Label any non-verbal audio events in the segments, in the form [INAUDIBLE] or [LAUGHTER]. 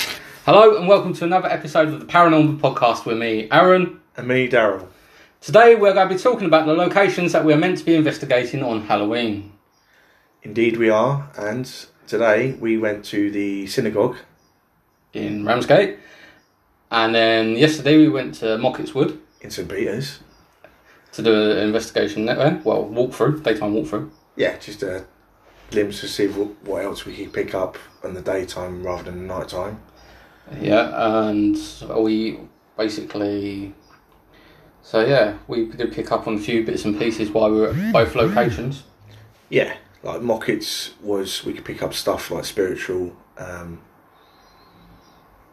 Hello and welcome to another episode of the Paranormal Podcast with me, Aaron. And me, Daryl. Today we're going to be talking about the locations that we're meant to be investigating on Halloween. Indeed, we are. And today we went to the synagogue. in Ramsgate. And then yesterday we went to Mockett's Wood in St. Peter's. to do an investigation there. Well, walkthrough, daytime walkthrough. Yeah, just a glimpse to see what, what else we could pick up in the daytime rather than the nighttime. Yeah, and we basically. So yeah, we did pick up on a few bits and pieces while we were at both locations. Yeah, like Mockets was, we could pick up stuff like spiritual. Um,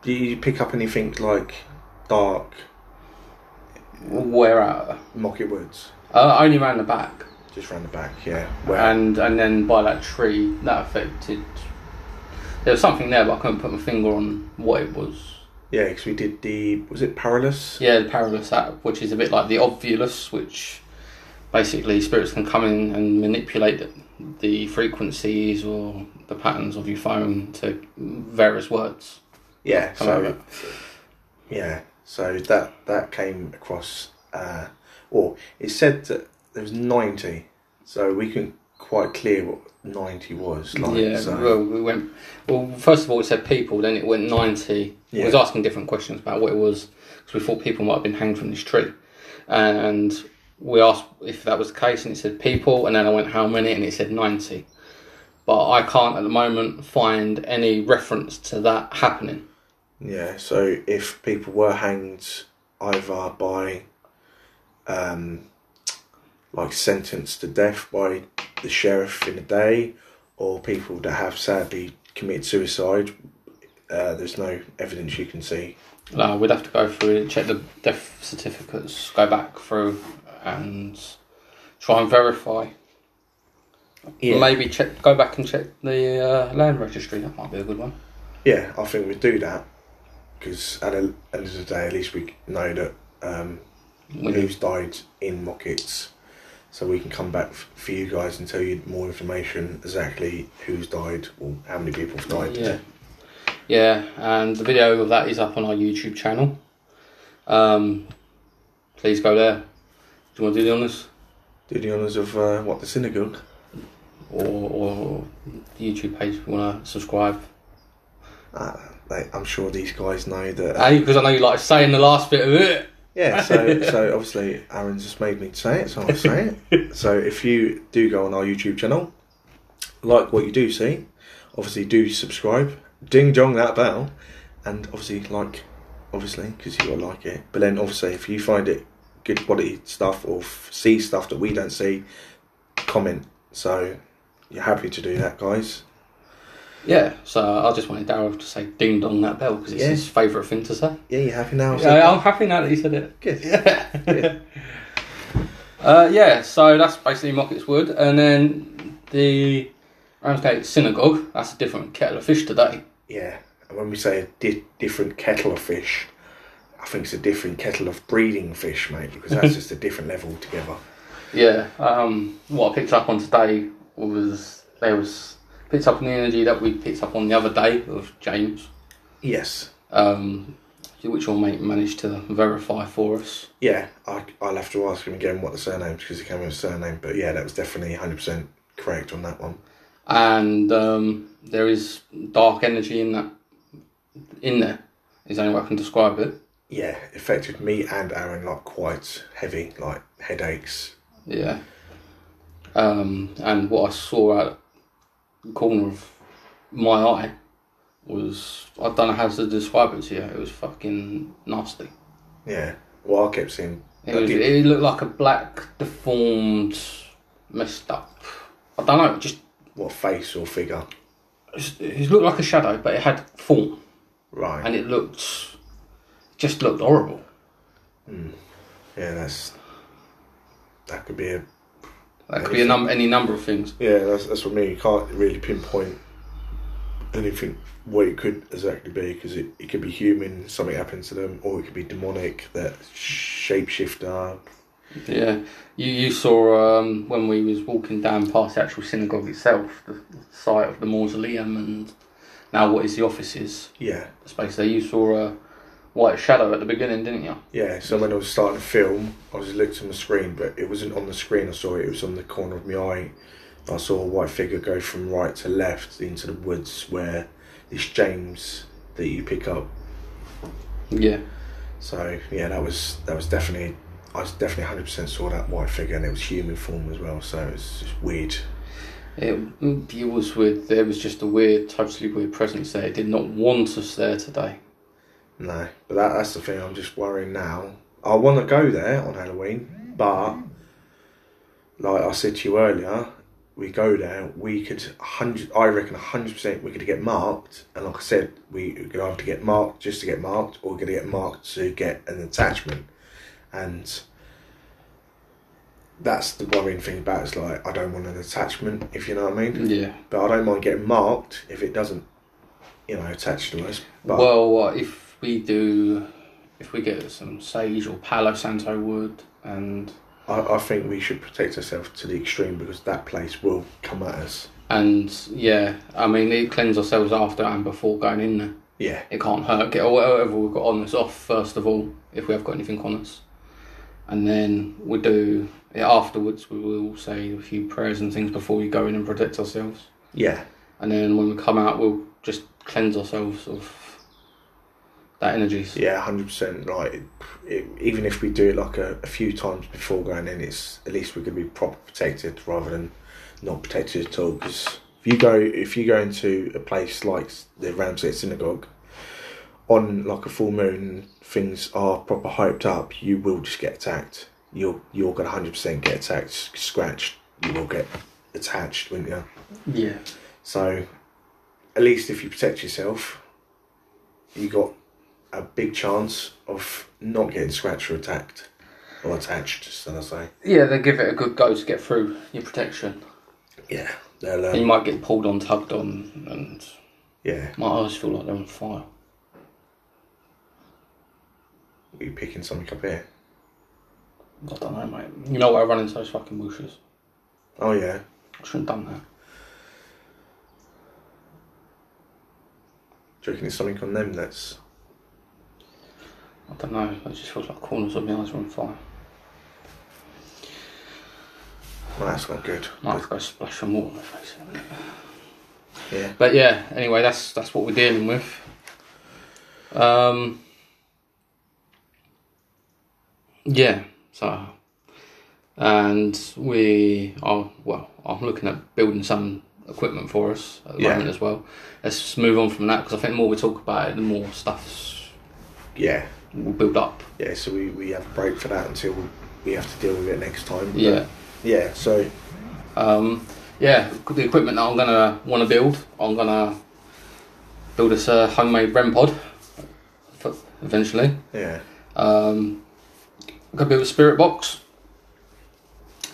do you pick up anything like dark Where at? Mocket Woods? Uh, only round the back, Just round the back, yeah. Where, and and then by that tree that affected. There was something there, but I couldn't put my finger on what it was. yeah, because we did the, was it Paralus? Yeah, the Paralus app, which is a bit like the Obvulus, which basically spirits can come in and manipulate the, the frequencies or the patterns of your phone to various words. Yeah, Come so over. yeah, so that that came across. Uh, or it said that there was ninety, so we couldn't quite clear what ninety was like. yeah, so, well, we went. Well, first of all, it said people, then it went 90. It was Yeah. asking different questions about what it was, because we thought people might have been hanged from this tree. And we asked if that was the case, and it said people, and then I went, how many? And it said 90. But I can't at the moment find any reference to that happening. yeah. So if people were hanged either by, um, like sentenced to death by the sheriff in the day, or people that have sadly committed suicide, uh, there's no evidence you can see No, we'd have to go through, check the death certificates, go back through, and try and verify. Yeah. Maybe check, go back and check the uh, land registry. That might be a good one. Yeah, I think we'd do that because at the end of the day, at least we know that um, We do. who's died in Mockets, so we can come back f- for you guys and tell you more information exactly who's died or how many people have died. Yeah. Yeah, and the video of that is up on our YouTube channel. Um, please go there. Do you want to do the honors? Do the honours of uh, what the synagogue? Or, or the YouTube page, if you want to subscribe? Uh, they, I'm sure these guys know that. Because I know you like saying the last bit of it. Yeah, so so obviously Aaron just made me say it, so I'll say it. So if you do go on our YouTube channel, like what you do see, obviously do subscribe, ding dong that bell, and obviously like, obviously because you gotta like it. But then obviously if you find it good quality stuff or f- see stuff that we don't see, comment. So you're happy to do that, guys. Yeah, so I just wanted Daryl to say ding dong that bell because it's Yeah. his favourite thing to say. Yeah, you happy now? Yeah, I'm happy now that he said it. Good. [LAUGHS] Yeah. uh, yeah, so that's basically Mockett's Wood. And then the Ramsgate Synagogue, that's a different kettle of fish today. Yeah, and when we say a di- different kettle of fish, I think it's a different kettle of breeding fish, mate, [LAUGHS] because that's just a different level altogether. Yeah, um, what I picked up on today was there was picked up on the energy that we picked up on the other day of James, Yes, um, which your mate managed to verify for us. yeah, I, I'll have to ask him again what the surname is because he came with a surname, but yeah, that was definitely 100% correct on that one. and um, there is dark energy in that in there is the only way I can describe it. Yeah, affected me and Aaron like quite heavy, like headaches. Yeah. Um, and what I saw out the corner of my eye was I don't know how to describe it to you. It was fucking nasty. Yeah, well, I kept seeing. It, was, it looked like a black, deformed, messed up. I don't know. Just What face or figure? it looked like a shadow, but it had form, Right. and it looked just looked horrible. yeah, that's. That could be a That could be a num- any number of things. Yeah, that's that's what I mean. You can't really pinpoint anything what it could exactly be because it, it could be human, something happened to them, or it could be demonic, that shapeshifter. Yeah, you you saw um, when we was walking down past the actual synagogue itself, the site of the mausoleum and Now, what is the offices Yeah, space there? You saw a white shadow at the beginning, didn't you? yeah. So when I was starting to film, I just looked on the screen, but it wasn't on the screen. I saw it. It was on the corner of my eye. I saw a white figure go from right to left into the woods where this James that you pick up. Yeah. So yeah, that was that was definitely. I was definitely 100% saw that white figure, and it was human form as well. So it was just weird. It, it was weird. There was just a weird, totally weird presence there. It did not want us there today. No, but that, that's the thing. I'm just worrying now. I want to go there on Halloween, but like I said to you earlier, we go there. We could hundred. I reckon hundred percent we could get marked. And like I said, we we're gonna have to get marked just to get marked, or we're gonna get marked to get an attachment. And that's the worrying thing about it, is like I don't want an attachment, if you know what I mean. Yeah. But I don't mind getting marked if it doesn't, you know, attach to us. But Well, uh, if we do, if we get some sage or Palo Santo wood, and I, I think we should protect ourselves to the extreme because that place will come at us. and yeah, I mean, they cleanse ourselves after and before going in there. Yeah, It can't hurt. Get whatever we've got on us off first of all, if we have got anything on us, and then we do it afterwards. We will say a few prayers and things before we go in and protect ourselves, yeah, and then when we come out, we'll just cleanse ourselves of that energies. yeah, hundred percent. Like, it, it, even if we do it like a, a few times before going in, it's at least we're gonna be proper protected rather than not protected at all. Because if you go, if you go into a place like the Ramsgate Synagogue on like a full moon, things are proper hyped up. You will just get attacked. You're you're gonna hundred percent get attacked, scratched. You will get attached, won't you? Yeah. So, at least if you protect yourself, you got a big chance of not getting scratched or attacked, or attached. So I say, Yeah, then give it a good go to get through your protection. yeah, they'll, And you um, might get pulled on, tugged on, and yeah, my eyes feel like they're on fire. we picking something up here. I don't know, mate. You know what? I run into those fucking bushes. Oh yeah, I shouldn't have done that. do you reckon it's something on them that's I don't know. It just feels like corners of my eyes are on fire. no, that's not good. I might have to go splash some water on my face. in a minute. Yeah, But yeah, anyway, that's that's what we're dealing with. Um, yeah, so and we are well. I'm looking at building some equipment for us at the Yeah. moment as well. Let's just move on from that because I think the more we talk about it, the more stuff yeah, will build up. yeah. So we we have a break for that until we have to deal with it next time. but- Yeah. yeah. So Um, yeah, the equipment that I'm gonna want to build, I'm gonna build us a homemade REM pod for- eventually. yeah, Um, I'm going to build a spirit box.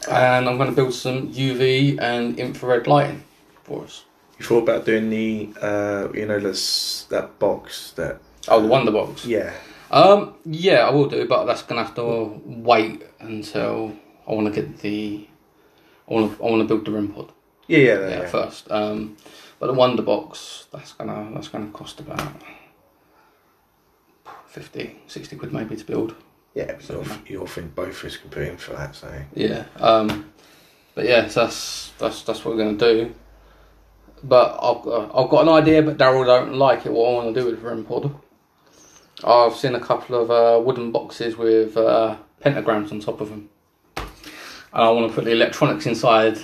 And I'm going to build some UV and infrared lighting for us. you thought about doing the uh, you know, this that box that Oh, the Wonder Box. yeah. Um, yeah, I will do, but that's going to have to wait until I want to get the. I want to. I want to build the rim pod. Yeah, yeah, yeah. Yeah, yeah. first. Um, but the Wonder Box that's gonna that's gonna cost about 50, 60 quid maybe to build. Yeah, but you're, you're thinking both of us competing for that, so Yeah. Um, but yeah, so that's that's that's what we're gonna do. But I've got, I've got an idea, but Daryl don't like it. What I want to do with Rim Pod, I've seen a couple of uh, wooden boxes with uh, pentagrams on top of them, and I want to put the electronics inside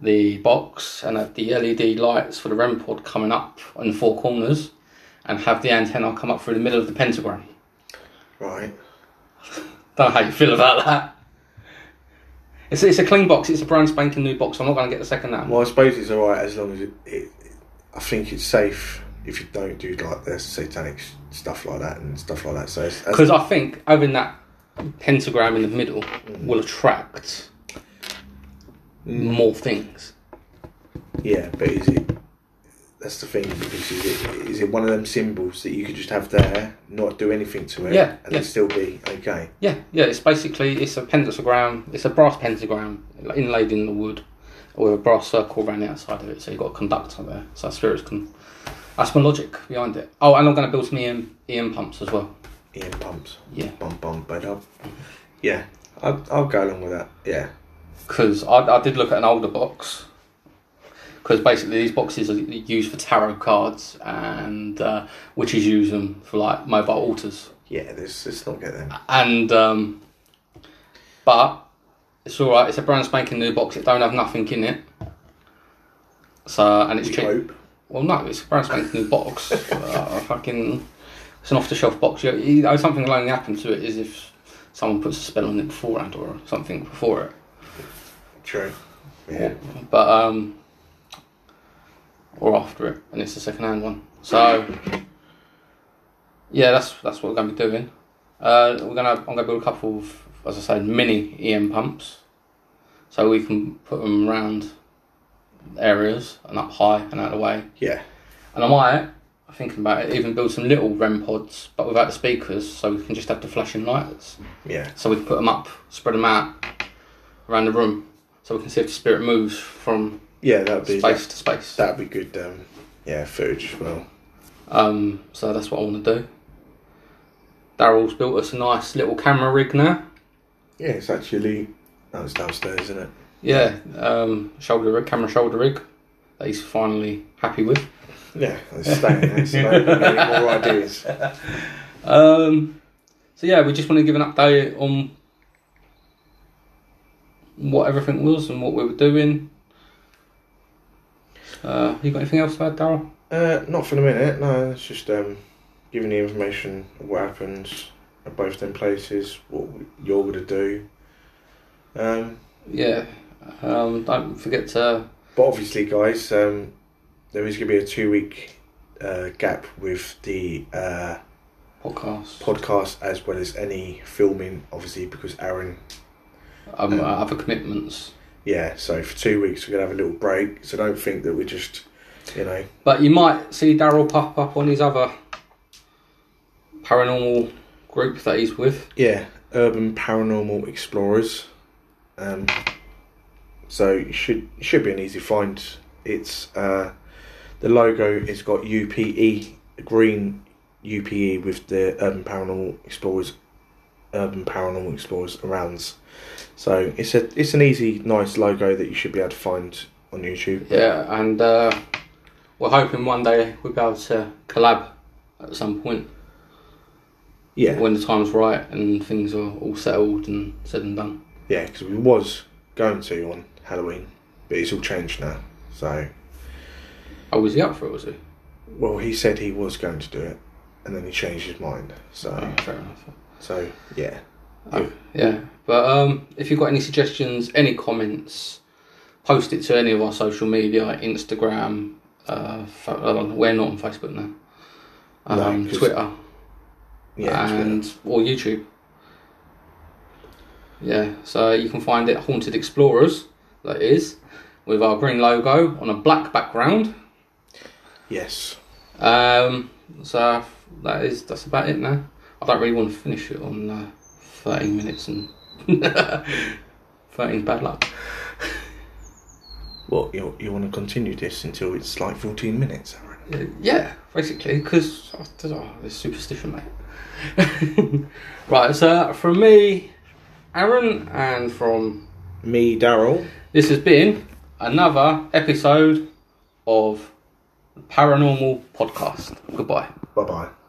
the box and have the LED lights for the REM pod coming up on the four corners, and have the antenna come up through the middle of the pentagram. right. [LAUGHS] Don't know how you feel about that. It's, it's a clean box. It's a brand spanking new box. I'm not going to get the second hand. Well, I suppose it's all right as long as it, it, it. I think it's safe if you don't do like the satanic s- stuff like that and stuff like that. So it's, as- Because I think having that pentagram in the middle will attract more things. yeah, but is it? That's the thing because is it is it one of them symbols that you could just have there, not do anything to it, Yeah, and yeah. it still be okay? Yeah, yeah. It's basically it's a pentagram. It's a brass pentagram inlaid in the wood, with a brass circle around the outside of it. So you've got a conductor there. So spirits can That's my logic behind it. Oh, and I'm going to build some EM, EM pumps as well. Ian Pumps. Yeah. Bum bum bed up. Yeah, I'll, I'll go along with that. Yeah. Because I, I did look at an older box. Because basically these boxes are used for tarot cards, and uh, witches use them for like mobile altars. Yeah, this let's not get them. And um, but it's all right. It's a brand spanking new box. It don't have nothing in it. So and it's We cheap. hope. Well, no, it's a brand spanking new box. uh, fucking, it's an off-the-shelf box. You you know, something will only happen to it is if someone puts a spell on it beforehand or something before it. True. Yeah. But um, or after it, and it's a second-hand one. So yeah, that's that's what we're gonna be doing. Uh, we're gonna I'm gonna build a couple of, as I said, mini EM pumps, so we can put them around areas and up high and out of the way. Yeah. And I might, thinking about it, even build some little REM pods, but without the speakers, so we can just have the flashing lights. Yeah. So we can put them up, spread them out around the room, so we can see if the spirit moves from Yeah, that'd be space to space. that'd be good. Um, yeah, footage. as Well, Um, so that's what I want to do. Daryl's built us a nice little camera rig now. yeah, it's actually no, it's downstairs, isn't it? Yeah, um, shoulder rig, camera shoulder rig that he's finally happy with. Yeah, it's staying there. So I don't have any [LAUGHS] more ideas. Um, so yeah, we just want to give an update on what everything was and what we were doing. Uh, you got anything else to add, Daryl? Uh, not for the minute. No, it's just um, giving the information of what happens at both them places, what you're gonna do. Um, Yeah. Um, don't forget to. But obviously, guys, um, there is going to be a two week uh, gap with the uh, Podcast. podcast as well as any filming, obviously, because Aaron, Um, uh, other commitments. yeah, so for two weeks we're going to have a little break. So don't think that we're just, you know, But you might see Daryl pop up on his other paranormal group that he's with. yeah, urban paranormal explorers. Um, so it should it should be an easy find. It's uh, the logo is got UPE green UPE with the urban paranormal explorers, urban paranormal explorers arounds. So it's a it's an easy nice logo that you should be able to find on YouTube. Yeah, and uh, we're hoping one day we'll be able to collab at some point. Yeah, when the time's right and things are all settled and said and done. yeah, because we was going to on Halloween, but it's all changed now. So Oh, was he up for it? Was he? Well, he said he was going to do it, and then he changed his mind. So, fair enough. so yeah, Yeah, but um, if you've got any suggestions, any comments, post it to any of our social media, Instagram. Uh, fa- uh, we're not on Facebook now. No, Um, 'cause- Twitter yeah, it's been- and or YouTube. Yeah, so you can find it Haunted Explorers. That is with our green logo on a black background. yes, Um, so that is that's about it now. I don't really want to finish it on uh, 13 minutes and [LAUGHS] 13 is bad luck. well, you you want to continue this until it's like fourteen minutes, Aaron. Uh, Yeah, basically, because oh, there's- oh, there's superstition, mate. [LAUGHS] right, so from me, Aaron, and from Me, Daryl. this has been another episode of Paranormal Podcast. Goodbye. Bye bye.